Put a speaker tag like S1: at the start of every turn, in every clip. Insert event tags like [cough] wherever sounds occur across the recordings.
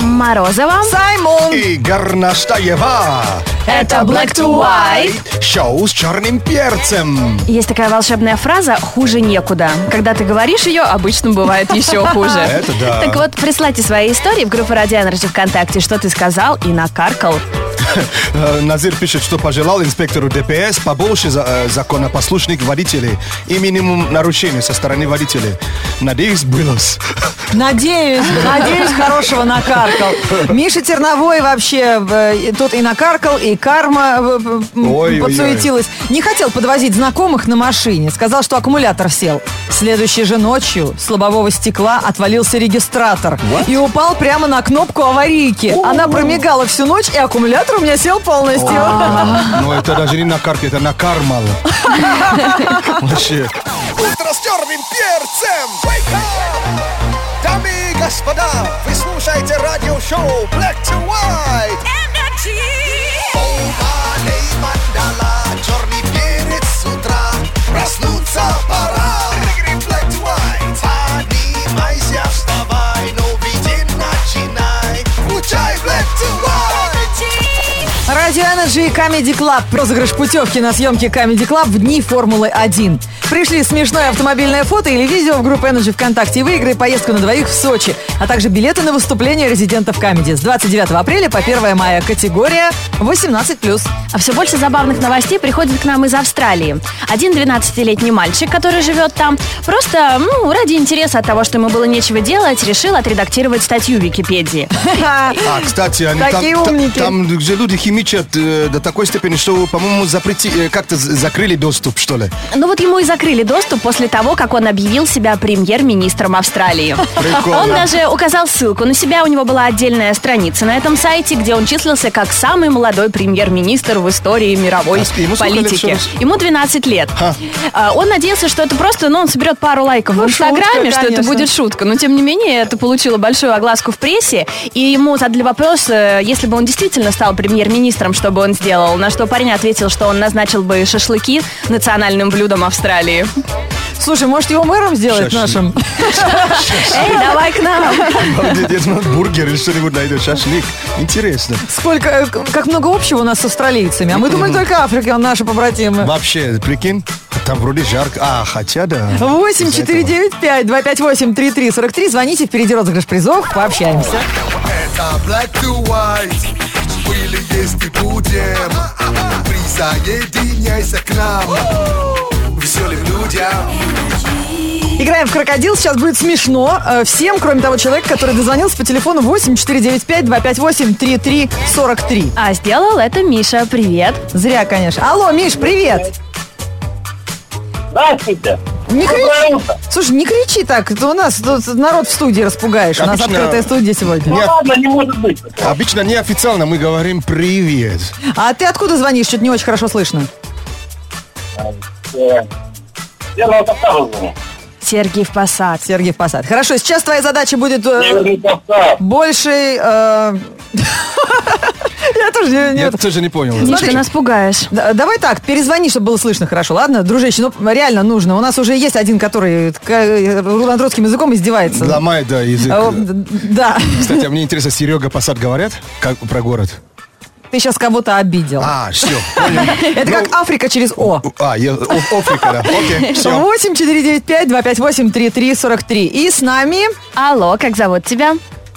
S1: Морозова.
S2: Саймон!
S3: и Горнаштаева.
S1: Это Black to White.
S3: Шоу с черным перцем.
S1: Есть такая волшебная фраза «хуже некуда». Когда ты говоришь ее, обычно бывает еще хуже.
S3: Это да.
S1: [laughs] Так вот, присылайте свои истории в группу Радио Energy ВКонтакте, что ты сказал и накаркал.
S3: Э, Назир пишет, что пожелал инспектору ДПС побольше за- э, законопослушных водителей и минимум нарушений со стороны водителей. Надеюсь, было. с-
S2: Надеюсь, надеюсь, хорошего накаркал. Миша Терновой вообще э, тут и накаркал, и карма э, э, м,
S3: Ой-ой-ой.
S2: подсуетилась. Не хотел подвозить знакомых на машине. Сказал, что аккумулятор сел. Следующей же ночью с лобового стекла отвалился регистратор. И упал прямо на кнопку аварийки. Она промигала всю ночь, и аккумулятор у меня сел полностью.
S3: Но Ну, это даже не на карке, это
S2: [laughs]
S3: накармал. Вообще.
S4: Утро с черным перцем! Wake up! Дамы и господа, вы слушаете радиошоу Black to White! Полмалей мандала, черный перец с утра, проснуться пора! Black to White! Поднимайся, вставай, новый день начинай! Включай Black to White!
S2: Радио Energy и Comedy Club. Розыгрыш путевки на съемки Comedy Club в дни Формулы-1. Пришли смешное автомобильное фото или видео в группу Energy ВКонтакте и выиграй поездку на двоих в Сочи, а также билеты на выступление резидентов Comedy с 29 апреля по 1 мая. Категория 18+.
S1: А все больше забавных новостей приходит к нам из Австралии. Один 12-летний мальчик, который живет там, просто ну, ради интереса от того, что ему было нечего делать, решил отредактировать статью в Википедии.
S3: А, кстати, они
S2: Такие
S3: там, та-
S2: умники.
S3: там, где люди химичат э, до такой степени, что, по-моему, запрети, э, как-то з- закрыли доступ, что
S2: [laughs]
S3: ли.
S1: Ну вот ему и закрыли доступ после того, как он объявил себя премьер-министром Австралии.
S3: Прикольно.
S1: Он даже указал ссылку на себя, у него была отдельная страница на этом сайте, где он числился как самый молодой премьер-министр в истории мировой
S3: А ему сколько лет
S1: политики.
S3: всего?
S1: Ему 12 лет.
S3: Ха.
S1: А, Он надеялся, что это просто, ну, он соберет пару лайков в Инстаграме,
S2: шутка,
S1: что это
S2: конечно.
S1: будет шутка. Но, тем не менее, это получило большую огласку в прессе, и ему задали вопрос, э, если бы он действительно стал премьер-министром, что бы он сделал, на что парень ответил, что он назначил бы шашлыки национальным блюдом Австралии.
S2: Слушай, может его мэром сделать
S3: Шашлык.
S2: нашим?
S1: Эй, давай к нам!
S3: Где-то бургер или ну, что-нибудь найдешь, шашлык. Интересно.
S2: Сколько, э, как много общего у нас с австралийцами. А мы думали только Африка, он наши побратимы.
S3: Вообще, прикинь, там вроде жарко. А, хотя да.
S2: Восемь
S3: Из-за
S2: четыре
S3: этого.
S2: девять пять два пять восемь три три сорок три. Звоните, впереди розыгрыш призов, пообщаемся.
S4: Это black to white Были, есть и будем Присоединяйся к нам Веселым людям
S2: Играем в крокодил, сейчас будет смешно э, всем, кроме того человека, который дозвонился по телефону 8 495 258 3343.
S1: А сделал это Миша, привет.
S2: Зря, конечно. Алло, Миш, привет!
S5: Здравствуйте.
S2: Не кричи.
S5: Доброе утро.
S2: Слушай, не кричи так, это у нас тут народ в студии распугаешь. У нас
S3: Обычно-
S2: открытая студия сегодня.
S5: Ну
S3: Нет.
S5: ладно, не может быть.
S3: Обычно неофициально мы говорим «привет».
S2: А ты откуда звонишь? Что-то не очень хорошо слышно.
S5: Э, Первого состава звоню.
S1: Сергей в Посад.
S2: Сергей Посад. Хорошо, сейчас твоя задача будет э,
S5: Северный состав.
S2: больше... э, [laughs] Я тоже не- не...
S3: Я тоже не понял.
S2: Ну,
S1: Миш, ты нас пугаешь.
S2: Да, Давай так, перезвони, чтобы было слышно хорошо, ладно? Дружище, ну реально нужно. У нас уже есть один, который к- э, руландротским языком издевается.
S3: Ломай, да, язык.
S2: А, д- Да, [laughs]
S3: Кстати, а мне интересно, Серега Посад говорят как, про город?
S2: ты сейчас кого-то обидел.
S3: А, ну, все, понял.
S2: Это как Африка через О.
S3: А, я, О- Африка, да. Окей, все.
S2: 8 495 258 3343. И с нами
S1: Алло, как зовут тебя?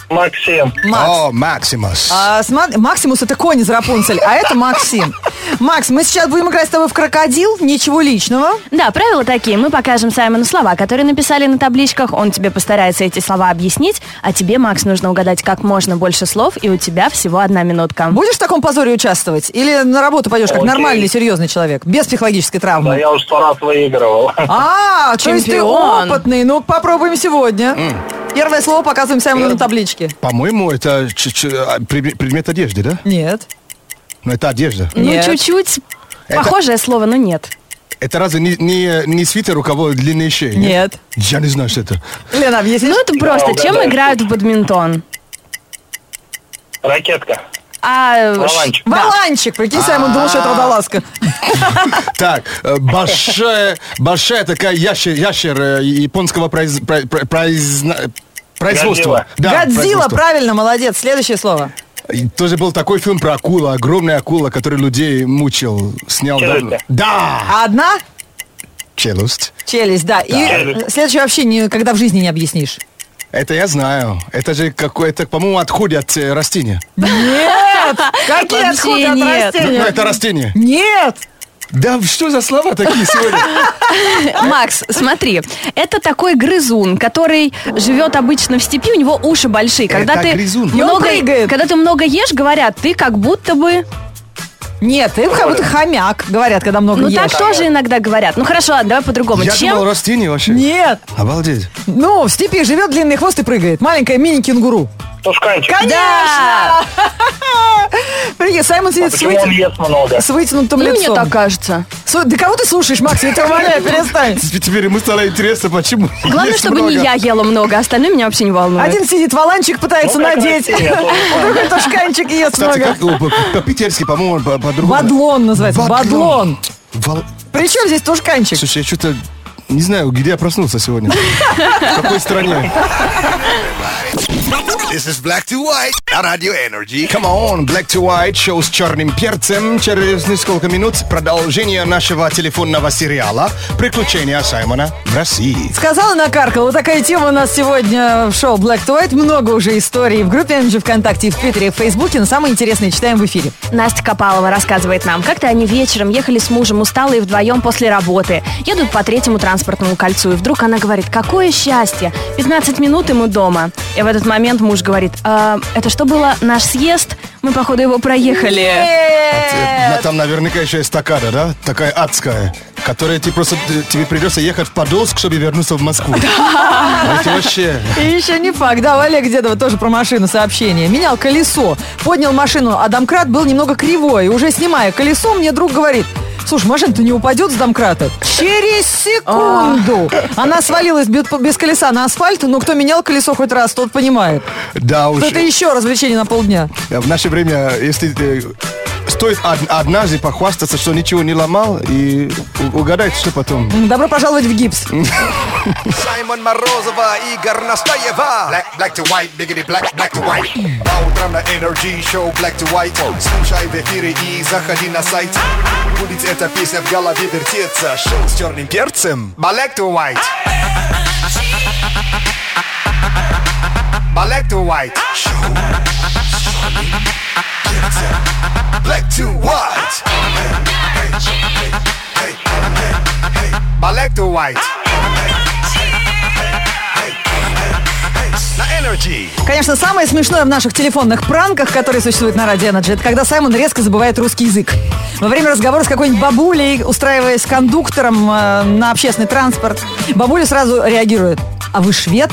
S5: Максим.
S2: Макс.
S3: О, Максимус.
S2: А, с Ма- Максимус это конь из Рапунцель, а это Максим. Макс, мы сейчас будем играть с тобой в крокодил, ничего личного.
S1: Да, правила такие. Мы покажем Саймону слова, которые написали на табличках. Он тебе постарается эти слова объяснить, а тебе, Макс, нужно угадать как можно больше слов, и у тебя всего одна минутка.
S2: Будешь в таком позоре участвовать? Или на работу пойдешь как
S5: Окей.
S2: нормальный, серьезный человек, без психологической травмы?
S5: Да ну, я уже сто раз выигрывал. [laughs]
S2: А, то есть ты
S1: Чемпион.
S2: опытный. Ну, попробуем сегодня. Первое слово показываем Саймону на табличке.
S3: По-моему, это ч- ч- а, предме- предмет одежды, да?
S2: Нет.
S3: Ну, это одежда.
S1: Ну,
S2: Нет.
S1: чуть-чуть
S3: Это-
S1: похожее слово, но нет.
S3: Это разве не, не, не свитер, у кого длиннее шея?
S2: Нет. а
S3: Я не знаю, что это.
S2: Лена, объяснишь?
S1: Ну, это просто.
S5: угадаю.
S1: Чем играют в бадминтон?
S5: Ракетка.
S1: А,
S5: Валанчик.
S1: ш- да.
S2: Валанчик, прикинь, Саймон думал, что это водолазка.
S3: Так, э, большая, большая такая ящер, ящер э, японского произ- про- про- произна- Производство.
S5: Годзилла.
S3: Да,
S2: Годзилла,
S3: производство.
S2: правильно, молодец. Следующее слово.
S3: И Тоже был такой фильм про акула, огромная акула, который людей мучил, снял.
S5: Челюсти.
S3: давно. Да!
S2: Одна
S3: Челюсть.
S2: челюсть, да. И э, следующее вообще никогда в жизни не объяснишь.
S3: Это я знаю. Это же какое-то, по-моему, отходы от э, растения.
S2: Какие
S1: Вообще
S2: отходы от
S1: нет.
S3: Ну,
S2: растения?
S3: это растение.
S2: Нет!
S3: Да что за слова такие сегодня?
S1: [laughs] Макс, смотри, это такой грызун, который живет обычно в степи, у него уши большие. Когда
S3: Это
S1: ты
S3: грызун.
S2: И он
S1: много,
S2: прыгает.
S1: когда ты много ешь, говорят, ты как будто бы.
S2: Нет, ты как будто хомяк, говорят, когда много
S1: Ну
S2: ешь.
S1: так тоже иногда говорят. Ну хорошо, ладно, давай по-другому.
S3: Я
S1: Чем?
S3: думал, растение вообще.
S2: Нет.
S3: Обалдеть.
S2: Ну, в степи живет длинный хвост и прыгает. Маленькая мини-кенгуру.
S5: Тушканчик.
S1: Да.
S2: Привет, Саймон
S6: А
S2: сидит с,
S5: Почему он
S2: вытя-
S5: ест много?
S2: с вытянутым
S1: Ну, мне
S2: лицом.
S1: так кажется.
S2: Слушай, да кого ты слушаешь, Макс? Я тебя умоляю, перестань.
S3: Теперь- Теперь ему стало интересно, почему.
S1: Главное,
S3: есть
S1: чтобы не
S3: много.
S1: я ела много, остальное меня вообще не волнует.
S2: Один сидит, валанчик пытается
S5: Ну, как
S2: надеть.
S5: растение, тоже
S2: [laughs]
S5: правильно.
S2: Другой тушканчик ест
S3: Кстати,
S2: много.
S3: как его по- по-питерски, по-моему, он по- по-другому.
S2: Бадлон называется. Бадлон.
S3: Вал-
S2: Причем здесь тушканчик?
S3: Слушай, я что-то не знаю, где я проснулся сегодня. В какой стране?
S4: This is Black to White на Radio Energy.
S3: Come on, Black to White, шоу с черным перцем. Через несколько минут продолжение нашего телефонного сериала «Приключения Саймона в России».
S2: Сказала накаркала. Вот такая тема у нас сегодня в шоу Black to White. Много уже историй в группе Energy ВКонтакте, и в Твиттере, и в Фейсбуке. Но самые интересные читаем в эфире.
S1: Настя Копалова рассказывает нам, как-то они вечером ехали с мужем усталые вдвоем после работы. Едут по третьему транспортному кольцу, и вдруг она говорит, какое счастье, 15 минут и мы дома. И в этот момент муж говорит, «А, это что было, наш съезд? Мы, походу, его проехали.
S3: Э, Там наверняка еще эстакада, да? Такая адская, которая ты просто т- тебе придется ехать в Подольск, чтобы вернуться в Москву. Это вообще...
S2: И еще не факт. Да, у Олега Дедова тоже про машину сообщение. Менял колесо, поднял машину, а домкрат был немного кривой. И уже снимая колесо, мне друг говорит, слушай, машина-то не упадет с домкрата? Через секунду! Она свалилась бе- без колеса на асфальт, но кто менял колесо хоть раз, тот понимает.
S3: Да уж.
S2: Это еще развлечение на полдня.
S3: Э, В наше время, если э, стоит од- однажды похвастаться, что ничего не ломал, и у- угадайте, что потом.
S2: Добро пожаловать в гипс.
S4: Саймон Морозова, Игорь Настаева. Black, black to white, biggity black, black to white. По утрам на Energy Show Black to White. Слушай в эфире и заходи на сайт. Будет эта песня в голове вертеться. Шоу с черным перцем. Black to white. Black to white. Шоу с черным перцем. Black to white. Black to white. на Energy.
S2: Конечно, самое смешное в наших телефонных пранках, которые существуют на Радио Energy, это когда Саймон резко забывает русский язык. Во время разговора с какой-нибудь бабулей, устраиваясь кондуктором э, на общественный транспорт, бабуля сразу реагирует. А вы швед?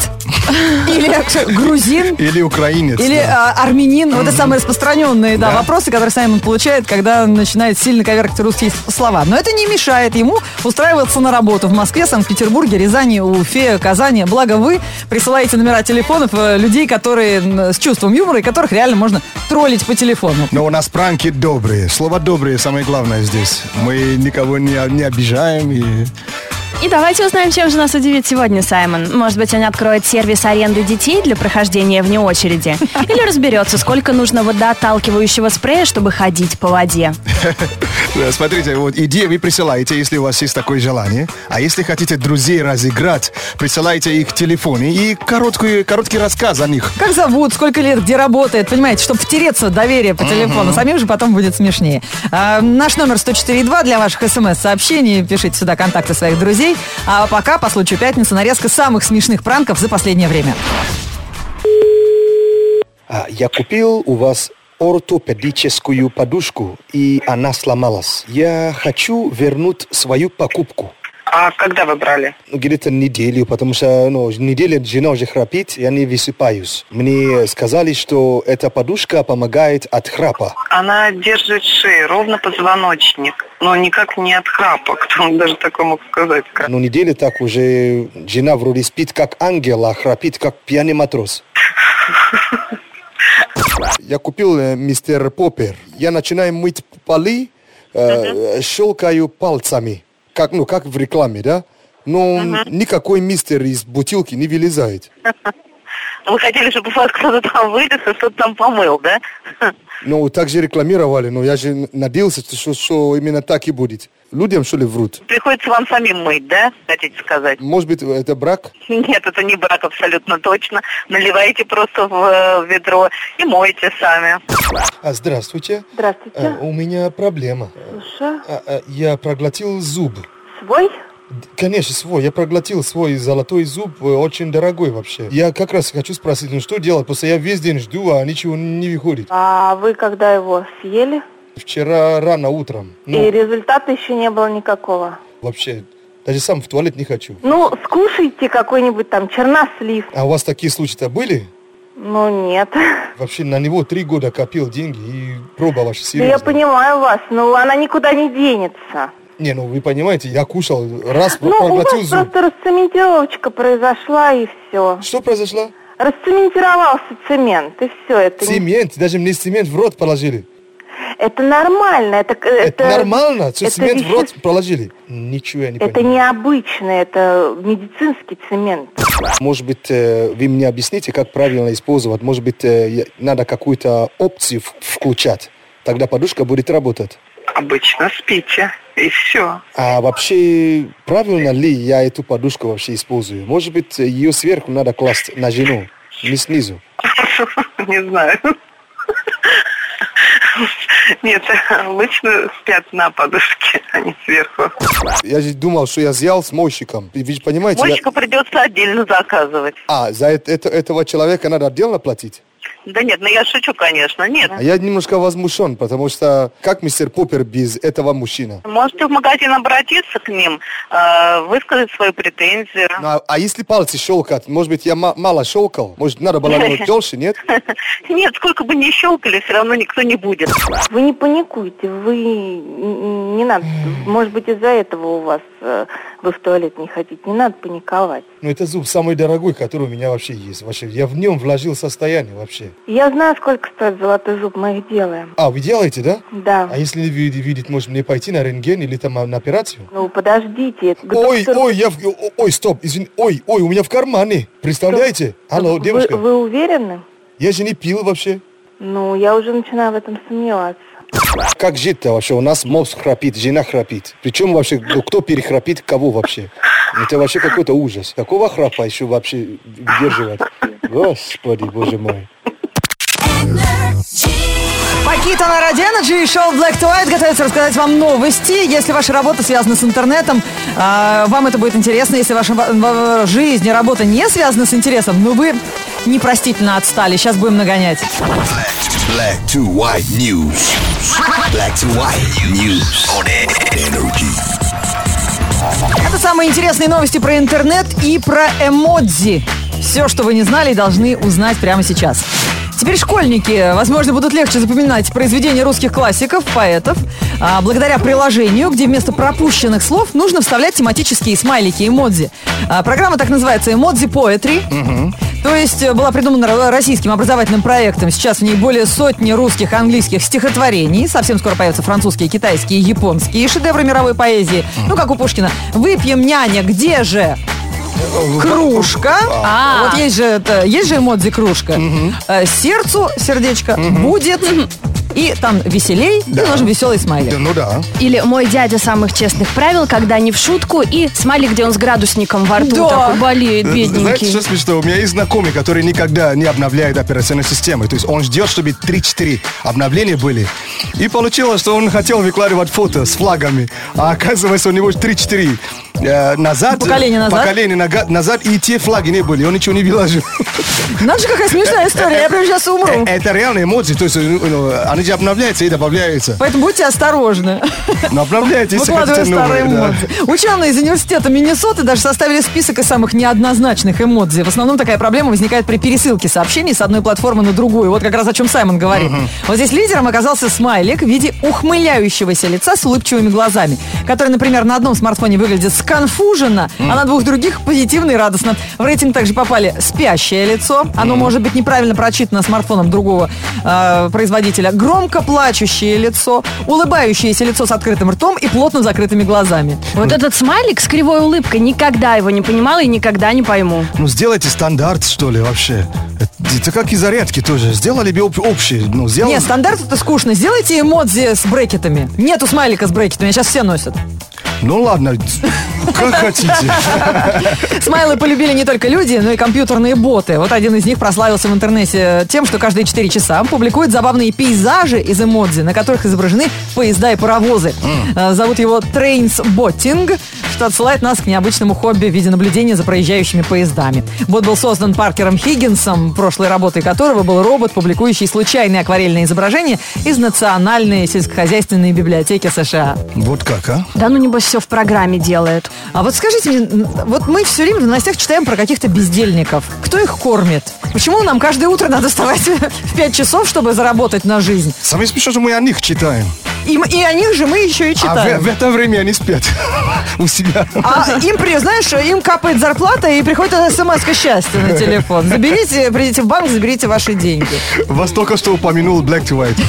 S2: Или грузин?
S3: Или украинец.
S2: Или
S3: да.
S2: э, армянин? Вот это самые распространенные да, вопросы, которые Саймон получает, когда начинает сильно коверкать русские с- слова. Но это не мешает ему устраиваться на работу в Москве, Санкт-Петербурге, Рязани, Уфе, Казани. Благо вы присылаете номера телефонов э, людей, которые м, с чувством юмора и которых реально можно троллить по телефону.
S3: Но у нас пранки добрые. Слово добрые самое главное здесь. Мы никого не, не обижаем. И...
S1: И давайте узнаем, чем же нас удивит сегодня Саймон. Может быть, он откроет сервис аренды детей для прохождения вне [laughs] очереди. Или разберется, сколько нужно водоотталкивающего спрея, чтобы ходить по воде.
S3: Да, Э, Смотрите, вот идеи вы присылаете, если у вас есть такое желание. А если хотите друзей разыграть, присылайте их телефоны и короткую, короткий рассказ о них.
S2: Как зовут, сколько лет, где работает, понимаете, чтобы втереться в доверие по телефону. Самим же потом будет смешнее. А, наш номер 104.2 для ваших смс-сообщений. Пишите сюда контакты своих друзей. А пока, по случаю пятницы, нарезка самых смешных пранков за последнее время.
S7: А, Я купил у вас ортопедическую подушку, и она сломалась. Я хочу вернуть свою покупку.
S6: А когда вы брали?
S7: Ну, Где-то неделю, потому что ну, неделя жена уже храпит, я не высыпаюсь. Мне сказали, что эта подушка помогает от храпа.
S6: Она держит шею, ровно позвоночник, но никак не от храпа, кто он даже такое мог сказать.
S7: Но неделю так уже жена вроде спит как ангел, а храпит как пьяный
S3: [laughs]
S7: матрос. Я купил
S3: eh,
S7: э, мистер Поппер. Я начинаю мыть полы,
S3: eh,
S7: э, щелкаю пальцами, как, ну, как в рекламе, да? Но никакой мистер из бутылки не вылезает.
S6: Вы хотели, чтобы у вас кто-то там вылез и что-то там помыл, да? [laughs]
S3: Ну, так же рекламировали, но я же надеялся, что, что именно так и будет. Людям, что ли, врут?
S6: Приходится вам самим мыть, да, хотите сказать?
S3: Может быть, это брак?
S6: Нет, это не брак абсолютно точно. Наливаете просто в э, ведро и моете сами.
S3: А, здравствуйте.
S8: Здравствуйте.
S3: Э, у меня проблема. Э,
S8: Слушаю.
S3: а, а, я проглотил зуб.
S8: Свой?
S3: Д- Конечно, свой. Я проглотил свой золотой зуб, э, очень дорогой вообще. Я как раз хочу спросить, ну что делать? Просто я весь день жду, а ничего не выходит.
S8: А вы когда его съели?
S3: Вчера рано утром. Ну,
S8: И результата еще не было никакого.
S3: вообще, даже сам в туалет не хочу.
S8: Ну, скушайте какой-нибудь там чернослив.
S3: А у вас такие случаи-то были?
S8: Ну, нет. [laughs]
S3: Вообще на него три года копил деньги и проба ваша
S8: Да Ну, я
S3: серьезная.
S8: понимаю вас, но она никуда не денется.
S3: Не, ну вы понимаете, я кушал раз,
S8: Ну, у вас
S3: проглотил зуб.
S8: просто расцементировочка произошла и все.
S3: Что произошло?
S8: Расцементировался цемент, и все. Это, не-
S3: Цемент, даже мне цемент в рот положили.
S8: это нормально. Это, к-
S3: Это,
S8: это-
S3: нормально, что
S8: это
S3: цемент в рот
S8: веще-
S3: положили. Ничего я не
S8: Это необычно, это медицинский цемент.
S3: Может быть, э, вы мне объясните, как правильно использовать. Может быть, э, надо какую-то опцию включать. Тогда подушка будет работать.
S6: Обычно спите, и все.
S3: А вообще, правильно ли я эту подушку вообще использую? Может быть, ее сверху надо класть на жену, не снизу.
S6: [laughs] Не знаю. [laughs] Нет, обычно спят на подушке, [laughs] а не сверху.
S3: Я же думал, что я взял с мойщиком. И Вы же понимаете, я-
S6: Мойщика придется отдельно заказывать.
S3: а, за это- это- этого человека надо отдельно платить?
S6: Да нет, ну я шучу, конечно, нет.
S3: А я немножко возмущен, потому что как мистер Поппер без этого мужчина?
S6: Можете А в магазин обратиться к ним, э, высказать свою претензию.
S3: Ну, а, а если пальцы щелкать, может быть, я ма- мало щелкал? Может, надо было
S8: [laughs]
S3: делать дольше, нет?
S6: Нет, сколько бы ни щелкали, все равно никто не будет.
S8: Вы не паникуйте, вы н- не надо, может быть из-за этого у вас э, вы в туалет не хотите, не надо паниковать.
S3: Ну, это зуб самый дорогой, который у меня вообще есть. Вообще, я в нем вложил состояние вообще.
S8: Я знаю, сколько стоит золотой зуб, мы их делаем.
S3: А, вы делаете, да?
S8: Да.
S3: А если не ви- видит, может, мне пойти на рентген или там а, на операцию?
S8: Ну подождите. это к
S3: Ой,
S8: доктору-
S3: ой, я в- о- ой, стоп, извини, ой, ой, у меня в кармане, представляете? Алло,
S8: Вы-
S3: а ну, девушка,
S8: Вы уверены?
S3: я же не пил вообще.
S8: Ну, я уже начинаю в этом сомневаться.
S3: Как жить-то вообще? У нас мозг храпит, жена храпит. Причем вообще, ну, кто перехрапит кого вообще? Это вообще какой-то ужас. Какого храпа еще вообще выдерживать? Господи, боже мой.
S2: Пакита на Роденеджи и шоу Black to White готовится рассказать вам новости. Если ваша работа связана с интернетом, а, вам это будет интересно. Если ваша ва- ва- жизнь и работа не связана с интересом, ну вы непростительно отстали. Сейчас будем нагонять.
S4: Black to white news. Black to white news on energy.
S2: Это самые интересные новости про интернет и про эмодзи. Все, что вы не знали, должны узнать прямо сейчас. Теперь школьники, возможно, будут легче запоминать произведения русских классиков, поэтов, а, благодаря приложению, где вместо пропущенных слов нужно вставлять тематические смайлики, эмодзи. А, Программа так называется «Эмодзи Poetry». То есть э, была придумана ро- российским образовательным проектом. Сейчас в ней более сотни русских, английских стихотворений. Совсем скоро появятся французские, китайские, японские шедевры мировой поэзии. Ну, как у Пушкина. «Выпьем, няня, где же?» Кружка.
S1: А.
S2: Вот есть же, это, есть же эмодзи кружка. Э, Сердцу сердечко будет. И там веселей, и нужен веселый смайлик.
S9: Да, ну да.
S1: Или «Мой дядя самых честных правил, когда не в шутку» и смайлик, где он с градусником во рту
S2: Да.
S1: такой болеет,
S9: Знаете,
S1: бедненький.
S9: что смешно? У меня есть знакомый, который никогда не обновляет операционную систему. То есть он ждет, чтобы 3-4 обновления были. И получилось, что он хотел выкладывать фото с флагами, а оказывается у него 3-4 э, назад.
S2: Поколение назад?
S9: Поколение нага- назад, и те флаги не были. Он ничего не выложил.
S2: Надо же, какая смешная история. Я прям
S3: E,
S9: [laughs]
S2: сейчас умру.
S9: Это реальные эмоции. То есть э, ну, они же обновляются и добавляются.
S2: Поэтому будьте осторожны.
S9: Но обновляйте, если
S2: [laughs] Выкладываю
S9: хотите новые,
S2: старые
S3: e.
S9: да.
S2: эмодзи. Ученые из университета Миннесоты даже составили список из самых неоднозначных эмодзи. В основном такая проблема возникает при пересылке сообщений с одной платформы на другую. Вот как раз о чем Саймон говорит. Вот здесь лидером оказался смайлик в виде ухмыляющегося лица с улыбчивыми глазами, который, например, на одном смартфоне выглядит сконфуженно, а на двух других позитивно и радостно. В рейтинг также попали спящее Третье лицо. Оно может быть неправильно прочитано смартфоном другого э, производителя. Громко плачущее лицо, улыбающееся лицо с открытым ртом и плотно закрытыми глазами.
S1: Вот этот смайлик с кривой улыбкой, никогда его не понимала и никогда не пойму.
S3: Ну, сделайте стандарт, что ли, вообще. Это, это как и зарядки тоже. Сделали бы об- общий. Ну, сделали...
S2: Нет, стандарт это скучно. Сделайте эмодзи с брекетами. Нету смайлика с брекетами, сейчас все носят.
S3: Ну, ладно. Как хотите.
S2: Смайлы полюбили не только люди, но и компьютерные боты. Вот один из них прославился в интернете тем, что каждые 4 часа публикует забавные пейзажи из эмодзи, на которых изображены поезда и паровозы. Э, Зовут его Trains Botting, что отсылает нас к необычному хобби в виде наблюдения за проезжающими поездами. Бот был создан Паркером Хиггинсом, прошлой работой которого был робот, публикующий случайные акварельные изображения из Национальной сельскохозяйственной библиотеки США.
S3: Вот как, а?
S1: Да ну, небось, все в программе делает.
S2: А вот скажите мне, н- вот мы все время в новостях читаем про каких-то бездельников. Кто их кормит? Почему нам каждое утро надо вставать [laughs] в 5 часов, чтобы заработать на жизнь?
S3: Самое смешное, что мы о них читаем.
S2: И, м- и о них же мы еще
S3: А
S2: и
S3: в, в
S2: читаем.
S3: это время они спят [laughs] у себя.
S2: А им, при- знаешь, им капает зарплата и приходит смс счастья на телефон. Заберите, придите в банк, заберите ваши деньги.
S3: Вас только что упомянул Black to White.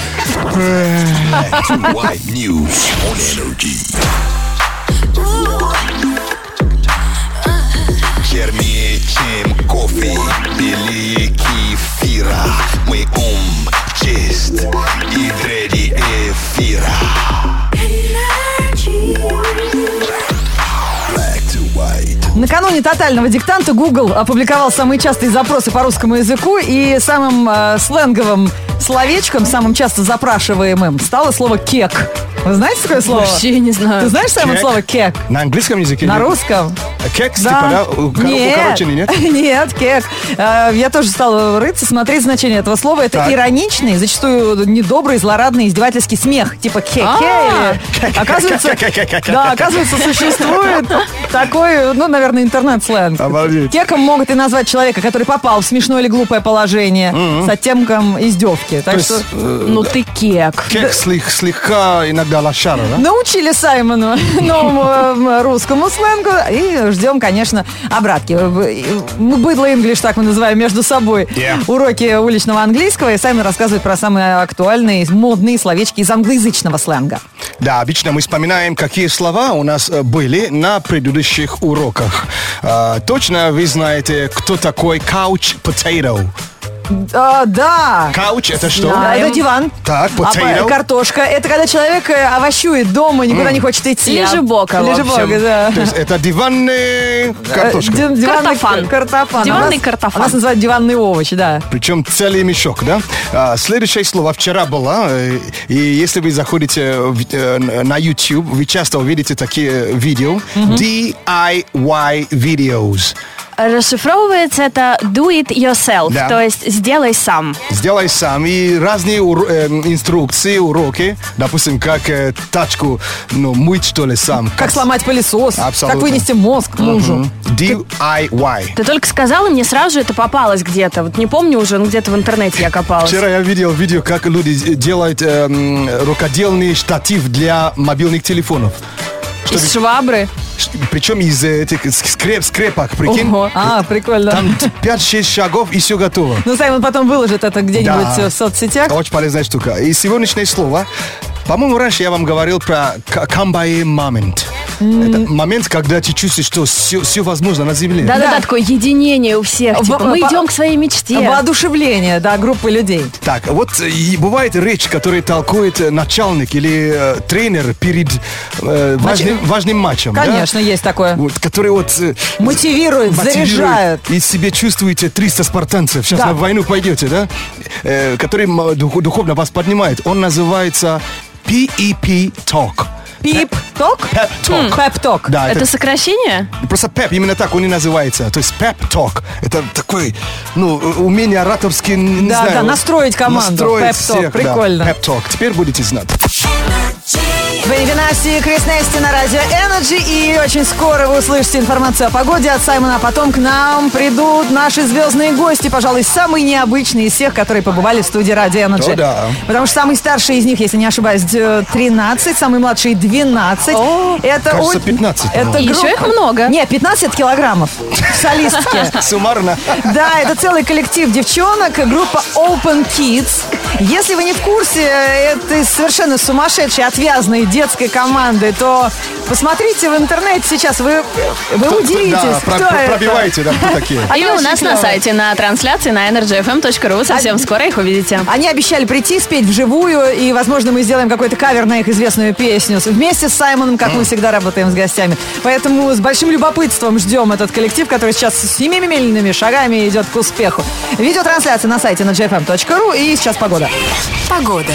S4: White News on Energy. Чернее, чем кофе, белее кефира. Мы ум чист и дреди эфира. Black to white.
S2: Накануне тотального диктанта Google опубликовал самые частые запросы по русскому языку и самым э, сленговым словечком, самым часто запрашиваемым стало слово «кек». Вы знаете такое слово?
S1: Вообще не
S2: Ты
S1: знаю.
S2: знаешь самое
S3: Кек?
S2: слово «кек»?
S3: На английском языке?
S2: На
S3: нет?
S2: русском?
S3: Кекс, типа, да? У- у-
S2: Нет.
S3: укороченный, нет?
S2: [laughs] Нет, кек. Э, Я тоже стала рыться, смотреть значение этого слова. Это
S3: Так.
S2: ироничный, зачастую недобрый, злорадный, издевательский смех. Типа кеке.
S1: А.
S3: [laughs]
S2: или- Оказывается, да, оказывается, существует такой, ну, наверное, интернет-сленг.
S3: Обалдеть.
S2: Кеком могут и назвать человека, который попал в смешное или глупое положение с оттенком издевки. Так что
S3: э,
S1: Ну ты кек.
S3: Кек слег- слегка иногда лошара, да?
S2: научили Саймону [laughs] новому э, русскому сленгу и ждем, конечно, обратки. Э, Мы быдло инглиш, так мы называем между собой
S3: Yeah.
S2: уроки уличного английского, и Саймон рассказывает про самые актуальные, модные словечки из англоязычного сленга.
S3: Да, обычно мы вспоминаем, какие слова у нас э, были на предыдущих уроках. А, Точно вы знаете, кто такой couch potato.
S2: А, да!
S3: Couch это что?
S2: Да, это диван.
S3: Так,
S2: А,
S3: potato.
S2: по- картошка. Это когда человек э, овощует дома, никуда не хочет идти.
S1: Лежебока, в
S2: Лежебока,
S1: общем.
S2: да.
S3: То есть это диванная
S2: Э,
S3: картошка.
S2: диван- диванный
S1: Картофан.
S2: картофан.
S1: Диванный
S2: А нас-
S1: картофан.
S2: а Нас называют диванные овощи, да.
S3: Причем целый мешок, да? А, Следующее слово вчера было, э, и если вы заходите в- э, на YouTube, вы часто увидите такие э, видео. DIY videos.
S1: Расшифровывается это do it yourself,
S3: Да.
S1: то есть сделай сам.
S3: Сделай сам. И разные ур- э, инструкции, уроки. Допустим, как э, тачку ну, мыть, что ли, сам.
S2: Как сломать пылесос,
S3: Абсолютно.
S2: как вынести мозг мужу.
S3: Мгм. DIY.
S1: Ты только сказала, мне сразу же это попалось где-то. Вот не помню уже, ну где-то в интернете я копалась.
S3: Вчера я видел видео, как люди делают эм, рукодельный штатив для мобильных телефонов.
S1: Из швабры.
S3: Ш- Причем из э, этих с- скреп, скрепок, прикинь.
S1: Ого.
S2: А, прикольно.
S3: Там 5-6 шагов и все готово.
S2: Ну, Саймон потом выложит это где-нибудь
S3: Да.
S2: э, в соцсетях.
S3: Очень полезная штука. И сегодняшнее слово. По-моему, раньше я вам говорил про к- камбае момент. Это момент, когда ты чувствуешь, что все, возможно на земле.
S1: Да-да-да, такое единение у всех.
S2: В-
S1: Типа, мы
S2: по-
S1: идем к своей мечте.
S2: Воодушевление, да, группы людей.
S3: Так, вот э, и бывает речь, которую толкует э, начальник или э, тренер перед э, важным, важным матчем. да?
S2: Конечно, есть такое.
S3: Вот, который вот... э,
S2: Мотивирует,
S3: мотивирует.
S2: заряжает.
S3: И себе чувствуете 300 спартанцев. Сейчас
S2: Да.
S3: на войну пойдете, да? Э, который м- дух- духовно вас поднимает. Он называется PEP Talk.
S2: Пип-ток?
S3: Pep talk.
S2: Пеп-ток.
S3: Да, это,
S1: Это сокращение?
S3: просто пеп, именно так он и называется. То есть пеп ток. Это такой, ну, э, умение ораторски, н- не
S2: Да,
S3: знаю.
S2: да,
S3: вот
S2: настроить команду.
S3: Настроить
S2: Pep talk,
S3: всех,
S2: прикольно.
S3: Пеп ток. Теперь будете знать.
S10: energy.
S2: Бэйби Насти и Крис Нести на радио Energy. И очень скоро вы услышите информацию о погоде от Саймона. А потом к нам придут наши звездные гости, пожалуй, самые необычные из всех, которые побывали в студии радио Energy.
S3: Да, да.
S2: Потому что самый старший из них, если не ошибаюсь, д- 13, самый младший 12. это
S3: Кажется,
S2: о-
S3: 15,
S2: Это
S3: по-моему.
S1: И еще
S2: группа-
S1: их много.
S2: Не, 15 килограммов в
S1: [laughs]
S2: солистке.
S3: Суммарно.
S2: Да, это целый коллектив девчонок, группа Open Kids. Если вы не в курсе этой совершенно сумасшедшей, отвязной детской команды, то посмотрите в интернете сейчас, вы, вы удивитесь,
S3: Да, про-
S2: кто это.
S3: пробивайте, да, кто такие.
S2: А
S1: И
S2: я
S1: у
S2: очень
S1: нас на
S2: клёво.
S1: сайте, на трансляции, на energyfm.ru. Совсем скоро их увидите.
S2: Они обещали прийти, спеть вживую, и, возможно, мы сделаем какой-то кавер на их известную песню. Вместе с Саймоном, как мы всегда работаем с гостями. Поэтому с большим любопытством ждем этот коллектив, который сейчас с семимильными шагами идет к успеху. Видеотрансляция на сайте на gfm.ru и сейчас погода.
S10: Погода.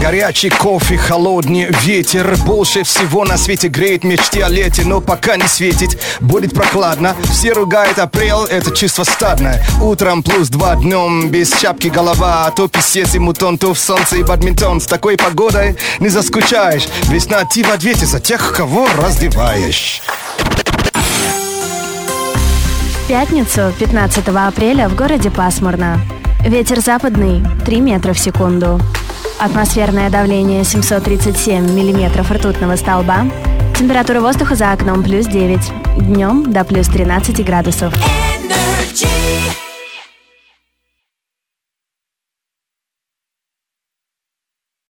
S3: Горячий кофе, холодный ветер Больше всего на свете греет мечты о лете Но пока не светит, будет прохладно Все ругают апрел, это чувство стадное Утром плюс два днем, без шапки голова То писец и мутон, то в солнце и бадминтон С такой погодой не заскучаешь Весна ты в ответе за тех, кого раздеваешь
S11: В пятницу, 15 апреля, в городе пасмурно. Ветер западный 3 метра в секунду. Атмосферное давление 737 миллиметров ртутного столба. Температура воздуха за окном плюс 9. Днем до плюс 13 градусов.
S10: Energy.